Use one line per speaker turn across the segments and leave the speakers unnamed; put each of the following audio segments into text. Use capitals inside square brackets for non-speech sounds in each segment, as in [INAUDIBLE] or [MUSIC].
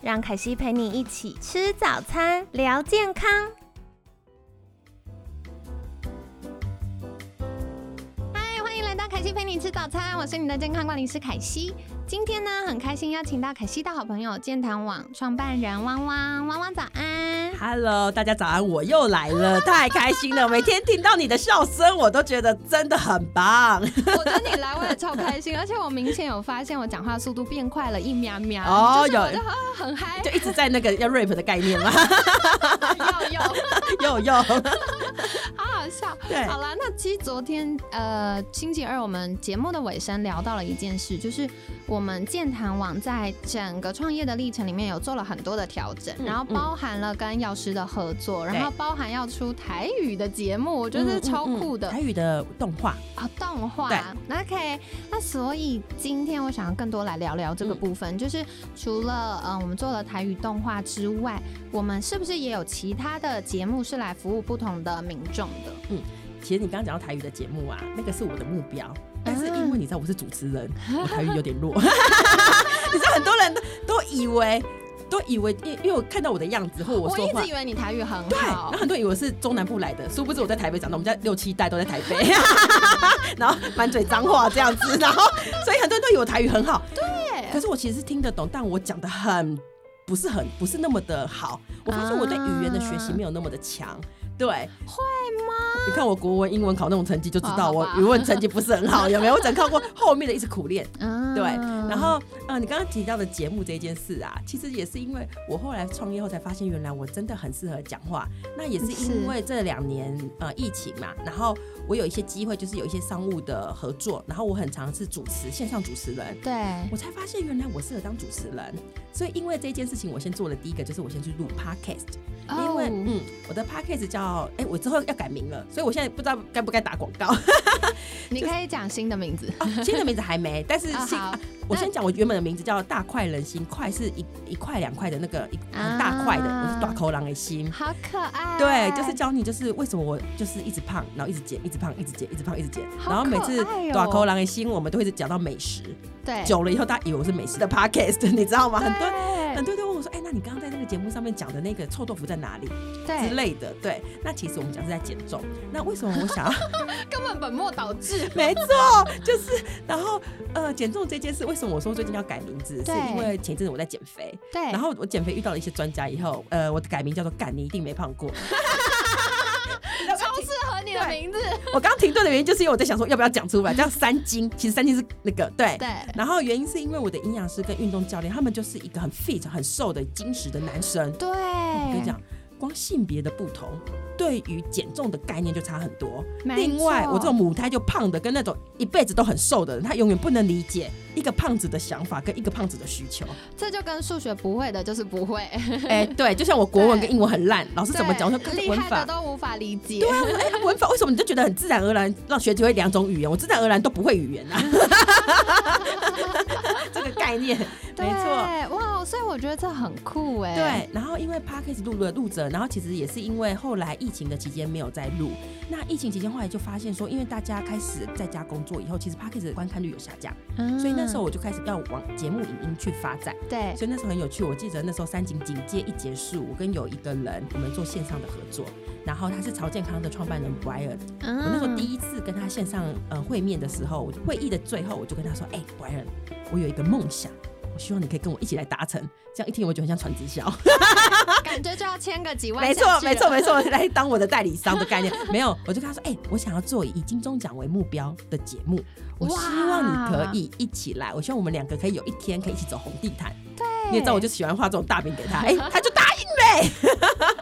让凯西陪你一起吃早餐，聊健康。嗨，欢迎来到凯西陪你吃早餐，我是你的健康管理师凯西。今天呢，很开心邀请到凯西的好朋友健谈网创办人汪汪，汪汪早安。
Hello，大家早安，我又来了，太开心了！每天听到你的笑声，我都觉得真的很
[LAUGHS] [LAUGHS]
棒。
我觉得你来我也超开心，而且我明显有发现我讲话速度变快了一秒秒，
哦
就是我
有
就啊很嗨，
就一直在那个要 rap 的概念
[LAUGHS]
嘛，
有有，
[LAUGHS] 有有，
[LAUGHS] 好好笑。
对
好啦，那其实昨天呃星期二我们节目的尾声聊到了一件事，就是我们健谈网在整个创业的历程里面有做了很多的调整，
嗯
然后包含了跟药师的合作，然后
对
包含要出台语的节目，我觉得超酷的。
台语的动画，
啊、动画
嗯对。
OK，那所以今天我想要更多来聊聊这个部
嗯
分，就是除了嗯、呃我们做了台语动画之外，我们是不是也有其他的节目是来服务不同的民众的？
其实你刚刚讲到台语的节目啊，那个是我的目标，
嗯
但是因为你知道我是主
[LAUGHS]
持人，我台语有点弱，你知道很多人都以为，都以为，因因为我看到我的样子或我
我
说
一
话
直以。为你台语很
对，然后
好，
很多人以为我是中南部来的，殊不知我在台北长大，我们家六七代都在台北， [LAUGHS] 然后满嘴脏话这样子，然后所以很多人都以为我台语很好，对可是我其实是听得懂，但我讲的很不是很不是那么的好，我发现我对语言的学习没有那么的强。对，会吗？你看我国文、英文考那种成绩就知道
哦好
我
吧
语文成绩不是很好，有没有？我只能靠过后面的一直苦练。
嗯
对，然后呃，你刚刚提到的节目这件事啊，其实也是因为我后来创业后才发现，原来我真的很适合讲话。那也是因
是
为这两年呃疫情嘛，然后我有一些机会，就是有一些商务的合作，然后我很常是主持线上主持人。
对，
我才发现原来我适合当主持人，所以因为这件事情，我先做了第一个，就是我先去录 podcast，、因为
哦
嗯，我的 podcast 叫哎、我之后要改名了，所以我现在不知道该不该打广告。
你可以讲新的名字，
哦新的名字还没，
[LAUGHS]
但是
啊
新、
好
啊我先讲我原本的名字叫大快人心，快是一一块两块的那个一很大块的，
啊
我是大口狼的心。
好哎可爱，
对，就是教你，就是为什么我就是一直胖，然后一直减，一直胖，一直减，一直胖，一直减，
好
然后每次
可爱哦
短口狼的心，我们都会一直讲到美食，
对，
久了以后，大家以为我是美食的 podcast，你 [LAUGHS] 知道吗？
对
很多很多人都问我说，哎、那你刚刚在那个节目上面讲的那个臭豆腐在哪里之
对，
类的？对，那其实我们讲是在减重，那为什么我想要
根本本末倒置，
[LAUGHS] 没错，就是然后呃，减重这件事，为什么我说最近要改名字？是
对
因为前一阵子我在减肥，
对，
然后我减肥遇到了一些专家以后，呃，我改名叫做“干你一定没胖过
超适合你的
对。
名字，”
我刚刚停顿的原因，就是因为我在想说要不要讲出来，叫三金。其实三金是那个对。
对，
然后原因是因为我的营养师跟运动教练，他们就是一个很 fit、很瘦的精实的男生。
对，
我跟你讲，光性别的不同，对于减重的概念就差很多。
没
另外，
错
我这种母胎就胖的，跟那种一辈子都很瘦的人，他永远不能理解一个胖子的想法跟一个胖子的需
[LAUGHS]
求。
这就跟数学不会的，就是不会，
哎、对，就像我国文跟英文很烂，老师怎么 [LAUGHS] 讲，我说
对
看这
厉
文
害的
法。
都无法理解。
哎、文法为什么你就觉得很自然而然让学姐会两种语言？我自然而然都不会语言啊，
[LAUGHS]
[LAUGHS] 这个概念没错。
错，哇，所以我觉得这很酷哎。
对，然后因为 podcast 录了录着，然后其实也是因为后来疫情的期间没有再录。那疫情期间后来就发现说，因为大家开始在家工作以后，其实 podcast 的观看率有下降，
嗯，
所以那时候我就开始要往节目影音去发展。
对
所以那时候很有趣，我记得那时候三井警戒一结束，我跟有一个人我们做线上的合作，然后他是潮健康的创办人 Brian。
嗯
我那时候第一次跟他线上呃会面的时候，我会议的最后我就跟他说：“哎、b r i a n 我有一个梦想，我希望你可以跟我一起来达成。”这样一听我就很像传直销。
感觉就要签个几万，
啊没错，没错，没。错， [LAUGHS] 来当我的代理商的概念没有，我就跟他说，哎、我想要做以金钟奖为目标的节目，我
哇
希望你可以一起来，我希望我们两个可以有一天可以一起走红地毯。对，你也知道，我就喜欢画这种大饼给他，哎、他就答应了。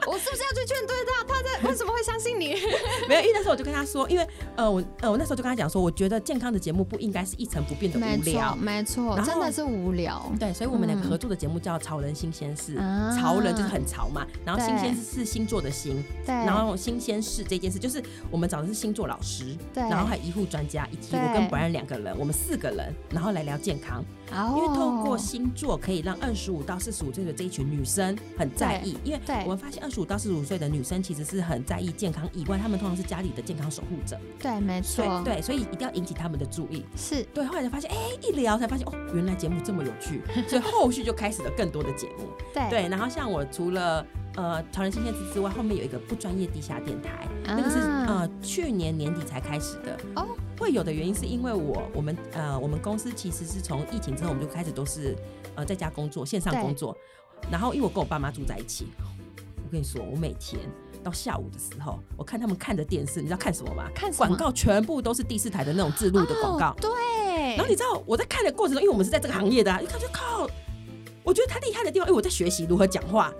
我是不是要去劝对他？他在为什么会相信你？
[LAUGHS] 没有，因为那时候我就跟他说，因为呃我呃我那时候就跟他讲说，我觉得健康的节目不应该是一成不变
[LAUGHS]
的
没
无
错，
聊。
没错，
然后
真的是无聊。
对，所以我们两
嗯
个合作的节目叫《潮人新鲜事》
啊
潮人就是很潮嘛，然后
对
新鲜事是星座的星，
对，
然后新鲜事这件事就是我们找的是星座老师，
对
然后还有医护专家，以及
对
我跟博然两个人，我们四个人，然后来聊健康，
哦
因为透过星座可以让二十五到四十五岁的这一群女生很在意，因为
对
我们发现二十五到四十五岁的女生其实是很在意健康以外，她们通常是家里的健康守护者，
对，没
所
错，
以对，所以一定要引起她们的注意。
是
对，后来才发现，哎、一聊才发现，哦，原来节目这么有
[LAUGHS]
趣，所以后续就开始了更多的节目。
对
对，然后像我除了呃《潮人新鲜事》之外，后面有一个不专业地下电台，那个是
啊
呃去年年底才开始的。
哦，
会有的原因是因为我我们呃我们公司其实是从疫情之后我们就开始都是呃在家工作，线上
对
工作。然后因为我跟我爸妈住在一起，我跟你说，我每天。到下午的时候，我看他们看着电视，你知道看什么吗？
看什么
广告，全部都是第四台的那种自录的广告
哦。对，
然后你知道我在看的过程中，因为我们是在这个行业的、啊，你看就靠，我觉得他厉害的地方，因为我在学习如何讲
[LAUGHS]
话，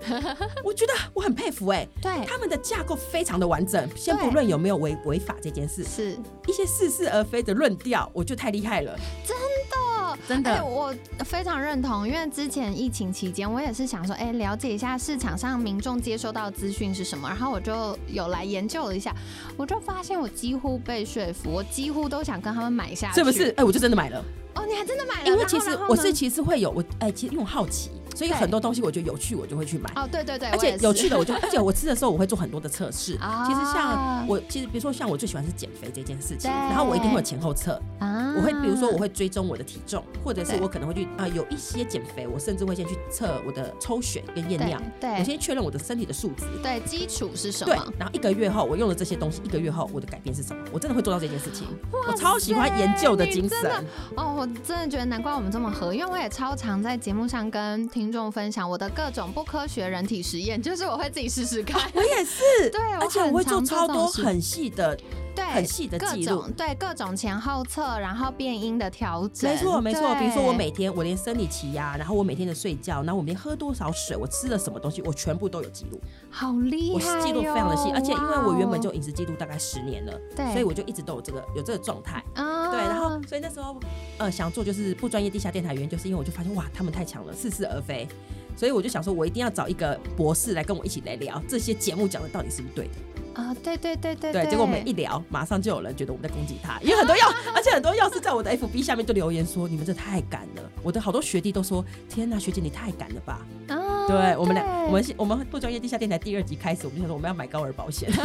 我觉得我很佩服哎、
对
他们的架构非常的完整，先不论有没有违违法这件事，
是
一些似是而非的论调，我觉得太厉害了，
哦，
真的
哎我非常认同，因为之前疫情期间，我也是想说，哎、了解一下市场上民众接收到的资讯是什么，然后我就有来研究了一下，我就发现我几乎被说服，我几乎都想跟他们买下去，
是不是？？哎、我就真的买了，
哦，你还真的买了？
因为
然后
其实
然后
我
呢
是其实会有我哎、其实因为我好奇，所以
对
很多东西我觉得有趣，我就会去买。
哦，对对对，
而
我也
且
是
有趣的，
[LAUGHS]
我就而且我吃的时候我会做很多的测试。
啊
其实像我，其实比如说像我最喜欢是减肥这件事
对
情，然后我一定会有前后测，
啊
我会比如说我会追踪我的体重，或者是
对
我可能会去啊、呃有一些减肥，我甚至会先去测我的抽血跟验
对
尿，我
对
先确认我的身体的数值。
对基础是什
对
么？，
然后一个月后我用了这些东西，一个月后我的改变是什么？我真的会做到这件事情，我
哇
超喜欢研究的
塞
精
你真的
神。
哦，我真的觉得难怪我们这么合，因为我也超常在节目上跟听众分享我的各种不科学人体实验，就是我会自己试试看。
我也是，
[LAUGHS] 对，
而且我
哎我
会
很
做
常
超
这
多
种事
很细的、
对
很细的
各
记录。
种对各种前后测，然后变音的调整。
没错，没错。
对
比如说我每天我连生理期呀、然后我每天的睡觉，然后我每天喝多少水，我吃了什么东西，我全部都有记录。
好厉
我
害、哦，
记录非常的细，而且因为我原本就
哇哦
饮食记录大概十年了，
对
所以我就一直都有这个有这个状态。
哦啊
对，然后所以那时候呃想做就是不专业地下电台原因，就是因为我就发现哇他们太强了，似是而非，所以我就想说我一定要找一个博士来跟我一起来聊这些节目讲的到底是不是对的。
啊，对对对对
对，结果我们一聊，马上就有人觉得我们在攻击他，因为很 [LAUGHS] 多药，而且很多药是在我的 FB 下面就留言说你们这太敢了，我的好多学弟都说天呐，学姐你太敢了吧。
啊，
嗯对我们俩，我们是我们不专业地下电台第二集开始，我们就想说我们要买高额保险，
好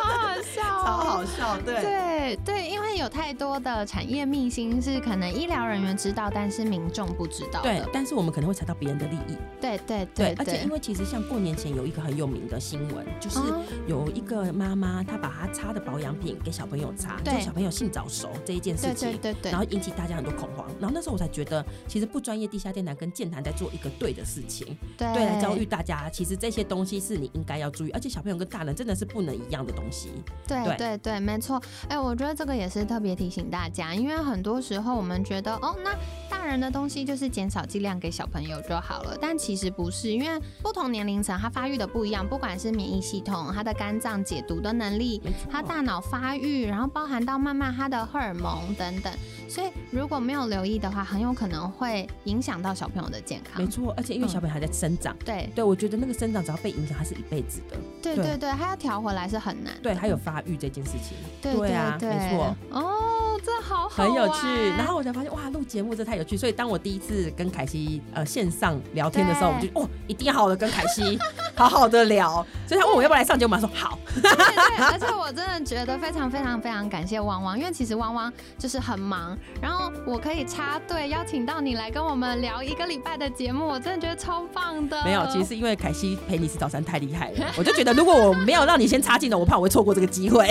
好笑、哦，
超好笑，对。
对对，因为有太多的产业秘辛是可能医疗人员知道，但是民众不知道
[LAUGHS] 对
的。，
但是我们可能会踩到别人的利益，
对对对，
对而且
对
因，为其实像过年前有一个很有名的新闻，就是
啊
有一个妈妈她把她擦的保养品给小朋友擦，就
对
小朋友性早熟这一件事
对
情
对，对对
然，后引起大家很多恐慌。然后那时候我才觉得，其实不专业地下电台跟健谈在做一个对的事情，
对
对来教育大家，其实这些东西是你应该要注意，而且小朋友跟大人真的是不能一样的东西。对
对对对，没错。哎，我觉得这个也是特别提醒大家，因为很多时候我们觉得，哦，那大人的东西就是减少剂量给小朋友就好了，但其实不是，因为不同年龄层他发育的不一样，不管是免疫系统、他的肝脏解毒的能力，
没错，
他大脑发育，然后包含到慢慢他的荷尔蒙等等，所以如果没有留意的话，很有可能会影响到小朋友的健
没
康。
错，而
嗯
且因为小朋友还在生长。
对
对，我觉得那个生长只要被影响，它是一辈子的。
对
对
对对，他要调回来是很难的。
对，还有发育这件事情，
对
对啊
对，
没错。
哦，这好好
很
玩，
有趣。然后我才发现，哇，录节目这太有趣。所以当我第一次跟凯西呃线上聊天的时候，我
对
就哦，一定要好好的跟凯西 [LAUGHS] 好好的聊。所以他问我要不要来上节目，我说好。
对对， [LAUGHS] 而且我真的觉得非常非常非常感谢汪汪，因为其实汪汪就是很忙，然后我可以插队邀请到你来跟我们聊一个礼拜的节目，我真的觉得超棒的。
没有，其实是因为凯西陪你吃早餐太厉害 [LAUGHS] 了，我就觉得如果我没有让你先插进来，我怕我会错 [LAUGHS] 过这个机会。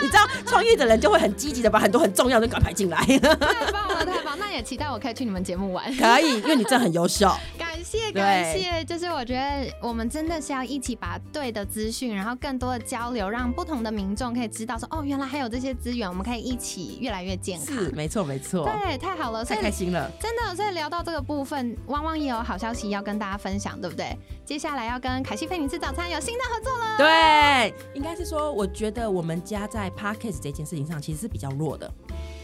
你知道，创业的人就会很积极的把很多很重要的东西赶快排进
[LAUGHS]
来。[LAUGHS]
太棒了，太棒！那但也期待我可以去你们节目玩。
可以，因为你真的很优秀。
感谢
对
感谢，就是我觉得我们真的是要一起把对的资讯，然后更多的交流，让不同的民众可以知道说，哦，原来还有这些资源，我们可以一起越来越健康。
是，没错没错，
对，太好了，所
太
以
开心了。
真的，所以聊到这个部分，汪汪也有好消息要跟大家分享，对不对？接下来要跟凯西陪你吃早餐有新的合作了，
对，应该是说，我觉得我们家在 podcast 这件事情上其实是比较弱的。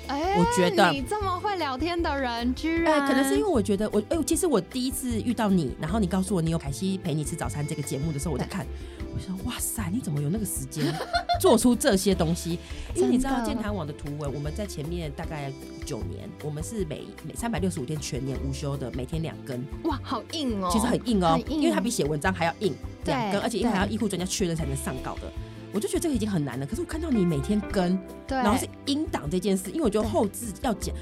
哎
我觉得
你这么会聊天的人，居
哎、
然、
可能是因为我觉得我，哎、其实我第一次遇到你，然后你告诉我你有凯西陪你吃早餐这个节目的时候，我就看，我想，哇塞，你怎么有那个时间做出这些东西？因为你知道
真的
健谈网的图文，我们在前面大概九年，我们是每每三百六十五天全年无休的，每天两更，
哇，好硬哦，
其实很硬哦、
很硬
因为它比写文章还要硬，
对
两更，而且因为还要医护专家确认才能上稿的。我就觉得这个已经很难了，可是我看到你每天更，
对，
然后是音档这件事，因为我觉得
对
后置要剪，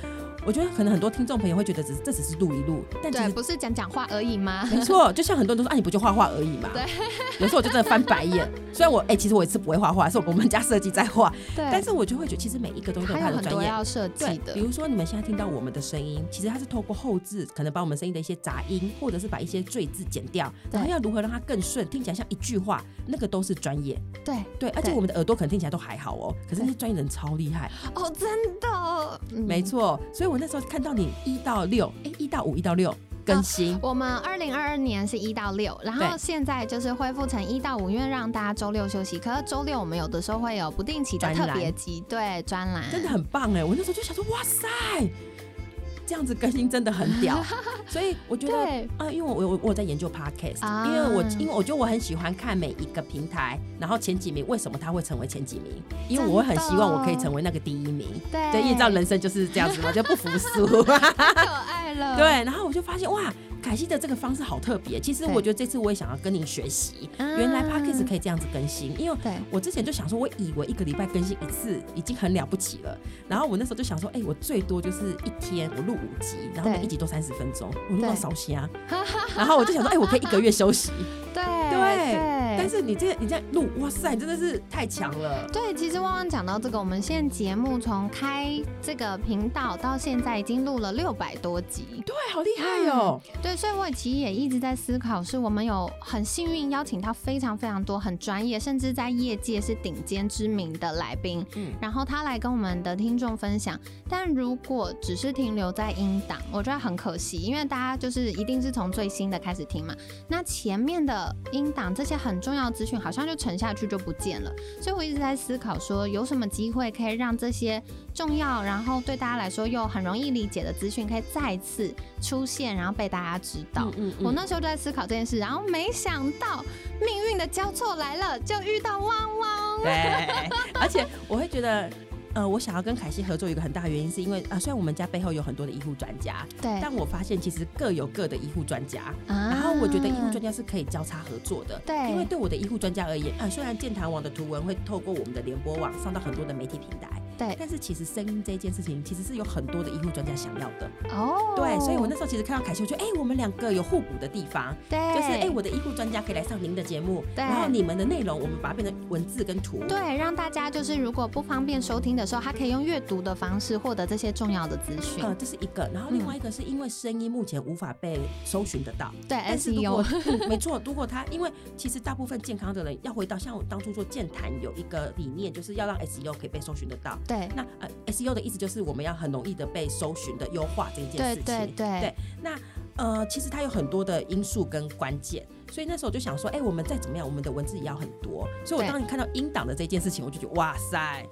我觉得可能很多听众朋友会觉得只是这只是录一录，但其
对，
实
不是讲讲话而已吗？
没错，就像很多人都说，啊，你不就画画而已嘛。
对。
[LAUGHS] 有时候我就真的翻白眼，虽然我哎、其实我也是不会画画，是我们家设计在画，
对，
但是我就会觉得其实每一个东西都
还
有它
有
的
很
专
多
业。
要设计
对，
的
比，如说你们现在听到我们的声音，其实它是透过后置，可能把我们声音的一些杂音，或者是把一些赘字剪掉，
对
然后要如何让它更顺，听起来像一句话，那个都是专业。
对，
对，而且
对
我们的耳朵可能听起来都还好哦，可是那些专业人超厉害。
哦，真的，嗯
没错，所以我那时候看到你一到六，哎，一到五，一到六更新，
我们二零二二年是一到六，然后
对
现在就是恢复成一到五，因为让大家周六休息。可是周六我们有的时候会有不定期的
专
特
栏
别集，对专栏，
真的很棒哎！我那时候就想说，哇塞，这样子更新真的很
[LAUGHS]
屌，所以我觉得。
对
啊，因为我我我我有在研究 podcast，、
啊
因为我因为我觉得我很喜欢看每一个平台，然后前几名为什么他会成为前几名，因为我会很希望我可以成为那个第一名。
对，
对，因为你知道人生就是这样子嘛，就不服
[LAUGHS]
输。 [LAUGHS]
太可爱了，
对，然后我就发现哇，凯西的这个方式好特别。其实我觉得这次我也想要跟您学习，
嗯，
原来 podcast 可以这样子更新，因为
对
我之前就想说，我以为一个礼拜更新一次已经很了不起了。然后我那时候就想说，哎、我最多就是一天我录五集，然后每
对
一集都三十分钟，我录到
对
烧 [LAUGHS] 瞎。然后我就想说，哎、我可以一个月休息。
对
对
对。
但是你这你这样录，哇塞，你真的是太强了。
对，其实汪汪讲到这个，我们现在节目从开这个频道到现在已经录了六百多集，
对，好厉害哦、
对，所以我其实也一直在思考，是我们有很幸运邀请到非常非常多很专业，甚至在业界是顶尖知名的来宾，
嗯
然后他来跟我们的听众分享。但如果只是停留在音档，我觉得很可惜，因为大家就是一定是从最新的开始听嘛，那前面的音档这些很重要的资讯好像就沉下去就不见了。所以我一直在思考说，有什么机会可以让这些重要，然后对大家来说又很容易理解的资讯，可以再次出现，然后被大家知道。
嗯
我那时候就在思考这件事，然后没想到命运的交错来了，就遇到汪汪。
对，而且我会觉得。呃，我想要跟凯西合作，有一个很大的原因是因为啊、虽然我们家背后有很多的医护专家，
对，
但我发现其实各有各的医护专家。
然
然后我觉得医
啊
护专家是可以交叉合作的，
对
因为对我的医护专家而言，啊，虽然健谈网的图文会透过我们的联播网上到很多的媒体平台，
对
但是其实声音这件事情其实是有很多的医护专家想要的，
哦，
对，所以我那时候其实看到凯秀，就哎、我们两个有互补的地方，
对
就是哎、我的医护专家可以来上您的节目，
对
然后你们的内容我们把它变成文字跟图，
对，让大家就是如果不方便收听的时候，他可以用阅读的方式获得这些重要的资讯。
呃，这是一个，然后另外一个是因为声音目前无法被搜寻得到，
对 E
但是如果
，SEO，
嗯没错，如果他因为其实大部分健康的人要回到像我当初做健谈有一个理念，就是要让 SEO 可以被搜寻得到。
对
那呃，SEO 的意思就是我们要很容易的被搜寻的优化这一件
对
事情。
对对
那呃，其实它有很多的因素跟关键，所以那时候我就想说，哎、我们再怎么样，我们的文字也要很多。所以
对
我当你看到音档的这件事情，我就觉得哇塞，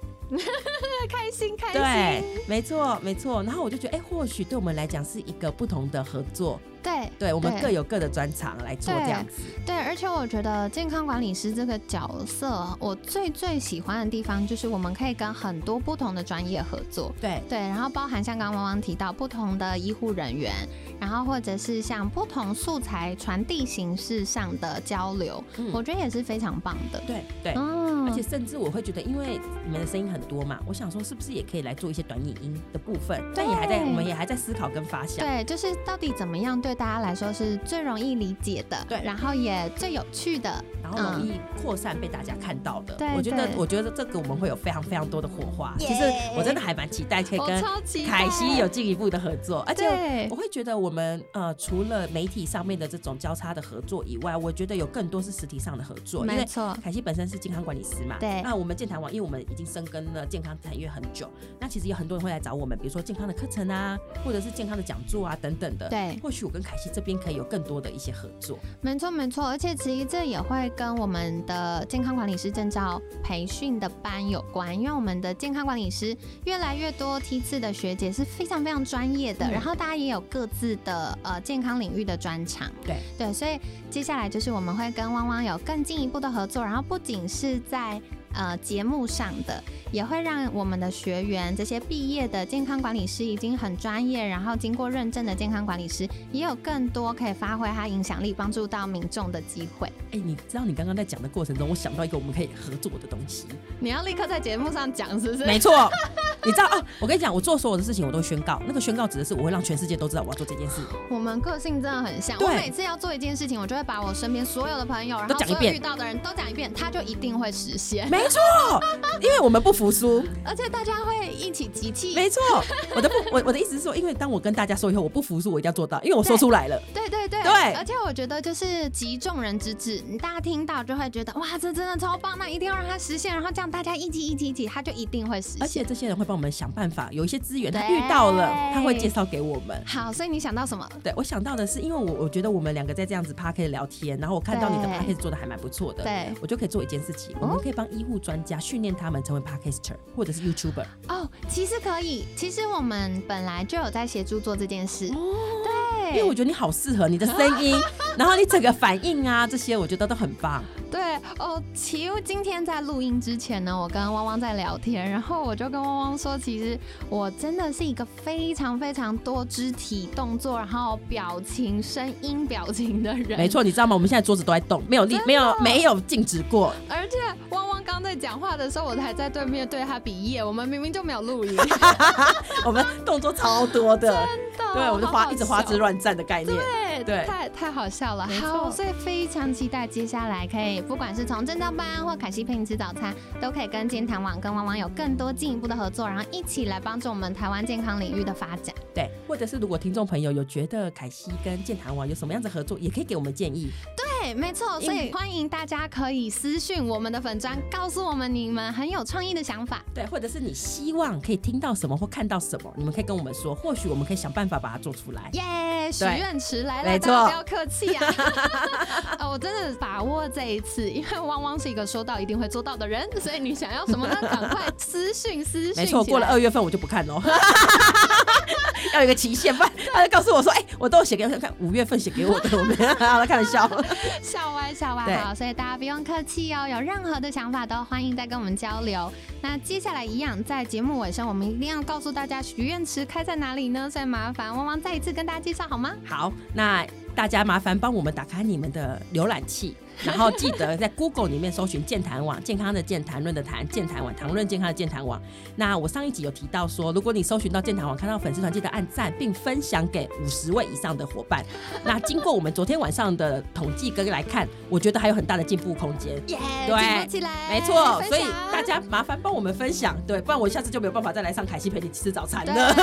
开心开
对，没错没错。然后我就觉得，哎、或许对我们来讲是一个不同的合作，
对
对我们
对
各有各的专长来做
对
这样子。
对，而且我觉得健康管理师这个角色，我最最喜欢的地方就是我们可以跟很多不同的专业合作。
对，
对，然后包含像刚刚汪汪提到不同的医护人员，然后或者是像不同素材传递形式上的交流，
嗯
我觉得也是非常棒的。
对对。
嗯
而且甚至我会觉得，因为你们的声音很多嘛，我想说是不是也可以来做一些短影音的部分？但也还在，
对
我们也还在思考跟发想。
对，就是到底怎么样对大家来说是最容易理解的，
对
然后也最有趣的，
然后容易扩散被大家看到的。
嗯对
我觉得
对，
我觉得这个我们会有非常非常多的火花。
耶
其实我真的还蛮期待可以
我
跟
超期
凯
待
西有进一步的合作，而且
哦对
我会觉得我们呃除了媒体上面的这种交叉的合作以外，我觉得有更多是实体上的合作，因
没
为
错，
凯西本身是健康管理师嘛，
对
那我们健谈网，因为我们已经深耕了健康产业很久，那其实有很多人会来找我们，比如说健康的课程啊，或者是健康的讲座啊等等的。
对
或许我跟凯西这边可以有更多的一些合作。
没错没错，而且其实这也会跟我们的健康管理师证照培训的班有关，因为我们的健康管理师越来越多梯次的学姐是非常非常专业的，
嗯
然后大家也有各自的呃健康领域的专长，
对
对，所以接下来就是我们会跟汪汪有更进一步的合作，然后不仅是在呃节目上的，也会让我们的学员这些毕业的健康管理师已经很专业，然后经过认证的健康管理师，也有更多可以发挥他影响力，帮助到民众的机会。
哎、你知道你刚刚在讲的过程中，我想到一个我们可以合作的东西。
你要立刻在节目上讲，是不是？
没错，
[LAUGHS]
你知道哦，我跟你讲，我做所有的事情我都宣告，那个宣告指的是我会让全世界都知道我要做这件事。
我们个性真的很像。
对
我每次要做一件事情，我就会把我身边所有的朋友，然
都
后
讲一
所有
遍
遇到的人都讲一遍，他就一定会实现。
没错，因为我们不服输。
而且大家会一起集气。
没错，我的不，我我的意思是说，因为当我跟大家说以后，我不服输，我一定要做到，因为我说出来了。
对对对
对
而且我觉得就是集众人之智，你大家听到就会觉得哇，这真的超棒，那一定要让它实现，然后这样大家一起一起一起，它就一定会实
而
现。
且这些人会帮我们想办法，有一些资源他
对
遇到了，他会介绍给我们。
好，所以你想到什么？
对我想到的是，因为我我觉得我们两个在这样子 p a r k 聊天，然后我看到你的
对
p a r k 做的还蛮不错的，
对
我就可以做一件事情，
哦
我们可以帮医护专家训练他们成为 p a r k e s t e r 或者是 YouTuber。
哦，其实可以，其实我们本来就有在协助做这件事。
因为我
哦对，
觉得你好适合你的声
[LAUGHS]
音，然后你整个反应啊，这些我觉得都很棒。
对哦，其实今天在录音之前呢，我跟汪汪在聊天，然后我就跟汪汪说，其实我真的是一个非常非常多肢体动作，然后表情、声音、表情的人。哦
没错，你知道吗？我们现在桌子都在动，没有力，没有没有静止过。
而且汪汪刚在讲话的时候，我还在对面对他比耶，我们明明就没有
[LAUGHS]
录音，
我们动作超多的，对，我们就花
哦好好
一直花枝
笑。
乱颤的概念。
对
对
太太好笑了。
没错
好，所以非常期待接下来可以，不管是从正照班或凯西陪你吃早餐，都可以跟健谈网跟汪汪有更多进一步的合作，然后一起来帮助我们台湾健康领域的发展。
对，或者是如果听众朋友有觉得凯西跟健谈网有什么样子合作，也可以给我们建议。
对，没错，所以欢迎大家可以私讯我们的粉砖，告诉我们你们很有创意的想法。
对，或者是你希望可以听到什么或看到什么，你们可以跟我们说，或许我们可以想办法把它做出来。
耶！许愿池来
没
了，大
错
家不要客气啊！ [LAUGHS] 呃，我真的把握这一次，因为汪汪是一个说到一定会做到的人，所以你想要什么呢？赶快私讯私讯。
没错，过了，二月份我就不看喽。 [LAUGHS] 要有一个期限，不然他就告诉我说：“哎、我都有写给我看，五月份写给我的，我们 [LAUGHS] 开玩笑。
笑歪笑歪
对
好，所以大家不用客气哦，有任何的想法都欢迎再跟我们交流。那接下来一样，在节目尾声，我们一定要告诉大家许愿池开在哪里呢？所以麻烦汪汪再一次跟大家介绍好吗？”
好，那大家麻烦帮我们打开你们的浏览器，然后记得在 Google 里面搜寻“健谈网”，健康的健，谈论的谈，健谈网，谈论健康的健谈网。那我上一集有提到说，如果你搜寻到健谈网，看到粉丝团，记得按赞并分享给五十位以上的伙伴。那经过我们昨天晚上的统计跟来看，我觉得还有很大的进步空间。
耶、
对
进步起来，
没错，
哎分
所以
享
大。家麻烦帮我们分享，对，不然我下次就没有办法再来上凯西陪你吃早餐
对
了。，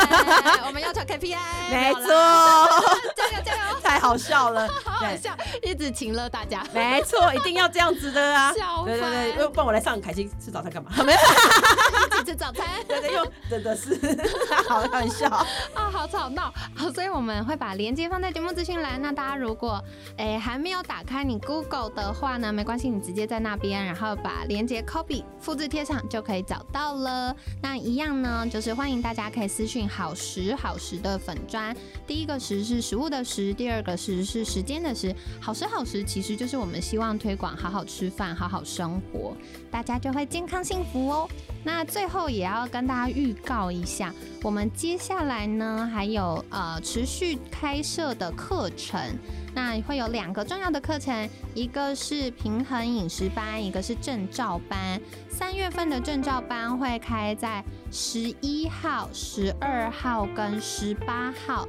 我们要求 KPI， [LAUGHS]
没
有
错
啦，加油加油！
[LAUGHS] 太好笑了，
好好
对，
笑，一直请了大家。
没错，一定要这样子的
[LAUGHS]
啊。
笑
对对
翻
对，不然我来上凯西吃早餐干嘛？没有，
[LAUGHS] 一起吃早餐
对对，又真的是 [LAUGHS] 好搞笑。
啊、好吵闹好，所以我们会把链接放在节目资讯栏。那大家如果诶还没有打开你 Google 的话呢，没关系，你直接在那边，然后把链接 copy 复制贴上就可以找到了。那一样呢，就是欢迎大家可以私讯好时好时的粉砖，第一个时是食物的食，第二个时是时间的时。好时好时其实就是我们希望推广好好吃饭、好好生活，大家就会健康幸福哦。那最后也要跟大家预告一下，我们接下来呢还有呃持续开设的课程，那会有两个重要的课程，一个是平衡饮食班，一个是证照班。三月份的证照班会开在十一号、十二号跟十八号。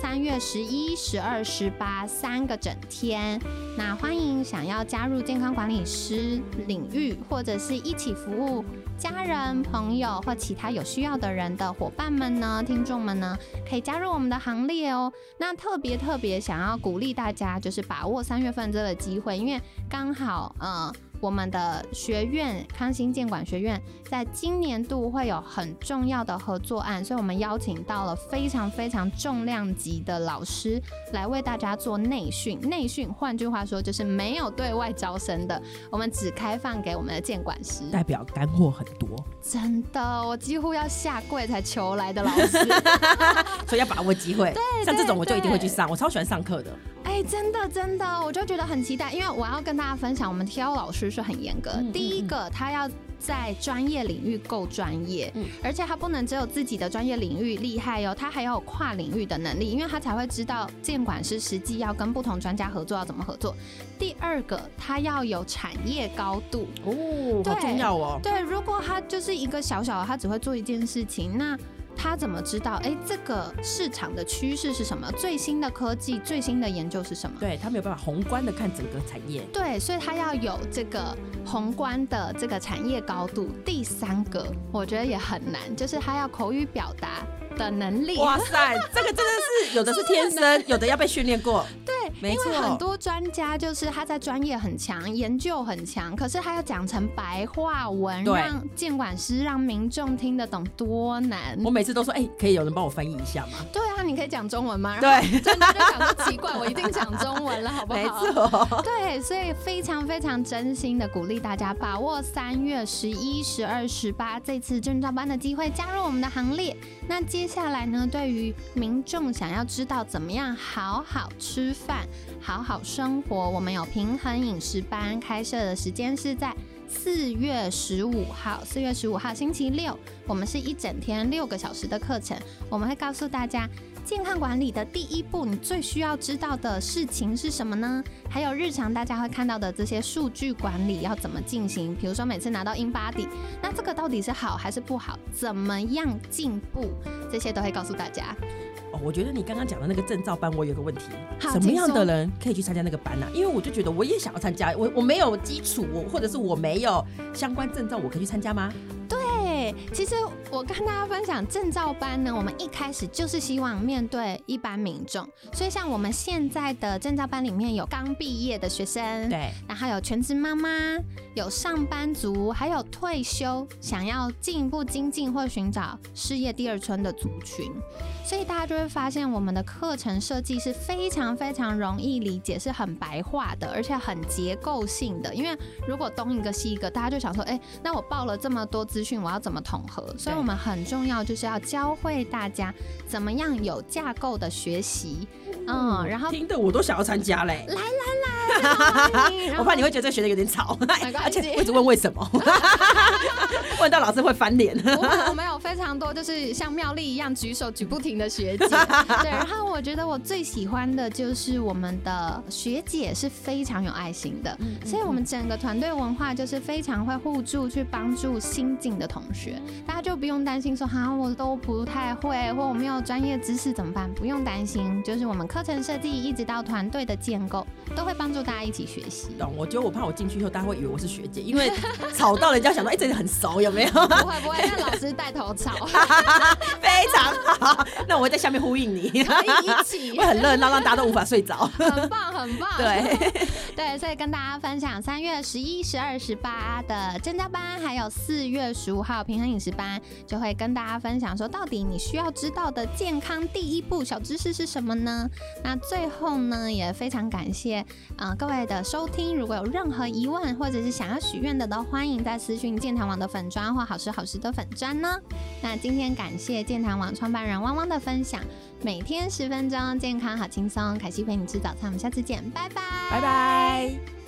三月十一、十二、十八三个整天。那欢迎想要加入健康管理师领域，或者是一起服务家人、朋友或其他有需要的人的伙伴们呢，听众们呢，可以加入我们的行列哦。那特别特别想要鼓励大家，就是把握三月份这个机会，因为刚好，呃，我们的学院康心健管学院在今年度会有很重要的合作案，所以我们邀请到了非常非常重量级的老师来为大家做内训。内训，换句话说，就是没有对外招生的，我们只开放给我们的监管师。
代表干货很多，
真的，我几乎要下跪才求来的老
[LAUGHS]
师。
所以要把握机会。像这种我就一定会去
对
上，我超喜欢上课的。
哎、真的真的，我就觉得很期待，因为我要跟大家分享，我们挑老师是很严格。
嗯嗯
第一
嗯
个，他要在专业领域够专业，
嗯
而且他不能只有自己的专业领域厉害哦，他还要有跨领域的能力，因为他才会知道监管师实际要跟不同专家合作要怎么合作。第二个，他要有产业高度，
哦，好
对
重要哦。
对，如果他就是一个小小的，他只会做一件事情，那他怎么知道？哎，这个市场的趋势是什么？最新的科技、最新的研究是什么？
对他没有办法宏观的看整个产业，
对，所以他要有这个宏观的这个产业高度。第三个，我觉得也很难，就是他要口语表达的能力。
哇塞，这个真的是有的是
[LAUGHS]
天生，有的要被训练过。
对，
没
因为
错
很多专家就是他在专业很强，研究很强，可是他要讲成白话文，
对
让监管师让民众听得懂，多难。
我每次都说，哎、可以有人帮我翻译一下
[LAUGHS]
吗？
对啊，你可以讲中文吗？然后
对，
真的就想说奇怪，我一定讲中文了，好不好？
没错，
对，所以非常非常真心的鼓励大家把握三月十一、十二、十八这次证照班的机会，加入我们的行列。那接下来呢，对于民众想要知道怎么样好好吃饭、好好生活，我们有平衡饮食班开设的时间是在。四月十五号，四月十五号星期六，我们是一整天六个小时的课程，我们会告诉大家健康管理的第一步，你最需要知道的事情是什么呢？还有日常大家会看到的这些数据管理要怎么进行？比如说每次拿到 InBody，那这个到底是好还是不好？怎么样进步？这些都会告诉大家。
哦，我觉得你刚刚讲的那个证照班，我有个问题，
好
什么
请
样
说
的人可以去参加那个班呢、啊因为我就觉得我也想要参加，我我没有基础，我或者是我没有相关证照，我可以去参加吗？
对，其实我跟大家分享证照班呢，我们一开始就是希望面对一般民众，所以像我们现在的证照班里面有刚毕业的学生，
对，
然后有全职妈妈，有上班族，还有退休想要进一步精进或寻找事业第二春的族群，所以大家就会发现我们的课程设计是非常非常容易理解，是很白话的，而且很结构性的。因为如果东一个西一个，大家就想说，哎，那我报了这么多资讯，我要怎么统合？所以我们很重要就是要教会大家怎么样有架构的学习，嗯，
[LAUGHS]
然后
听的我都想要参加嘞。
嗯我
我怕你会觉得这个学的有点吵，
没关系
[LAUGHS]
[LAUGHS]
而且我一直问为什么， [LAUGHS] 问到老师会翻脸。
[LAUGHS] 我们我们有非常多就是像妙丽一样举手举不停的学姐，对。然后我觉得我最喜欢的就是我们的学姐是非常有爱心的，所以我们整个团队文化就是非常会互助，去帮助新进的同学，大家就不用担心说哈、我都不太会，或我没有专业知识怎么办？不用担心，就是我们课程设计一直到团队的建构，都会帮助大家一起学习。
懂，我觉得我怕我进去以后，大家会以为我是学姐，因为吵到人家想说，哎、这里很熟，有没 [LAUGHS] 有？
不会不会，让老师带头吵， [LAUGHS]
非常好，那我会在下面呼应你，
可以一起 [LAUGHS]
会，很热闹，让大家都无法睡着。
很棒很棒。
对，
对，所以跟大家分享三月十一、十二、十八的增加班，还有四月十五号平衡饮食班，就会跟大家分享说，到底你需要知道的健康第一步小知识是什么呢？那最后呢，也非常感谢呃各位的收听。如果有任何疑问或者是想要许愿的，都欢迎在私讯健谈网的粉砖或好吃好吃的粉砖呢。那今天感谢健谈网创办人汪汪的分享，每天十分钟，健康好轻松。凯西陪你吃早餐，我们下次见，拜拜，
拜拜。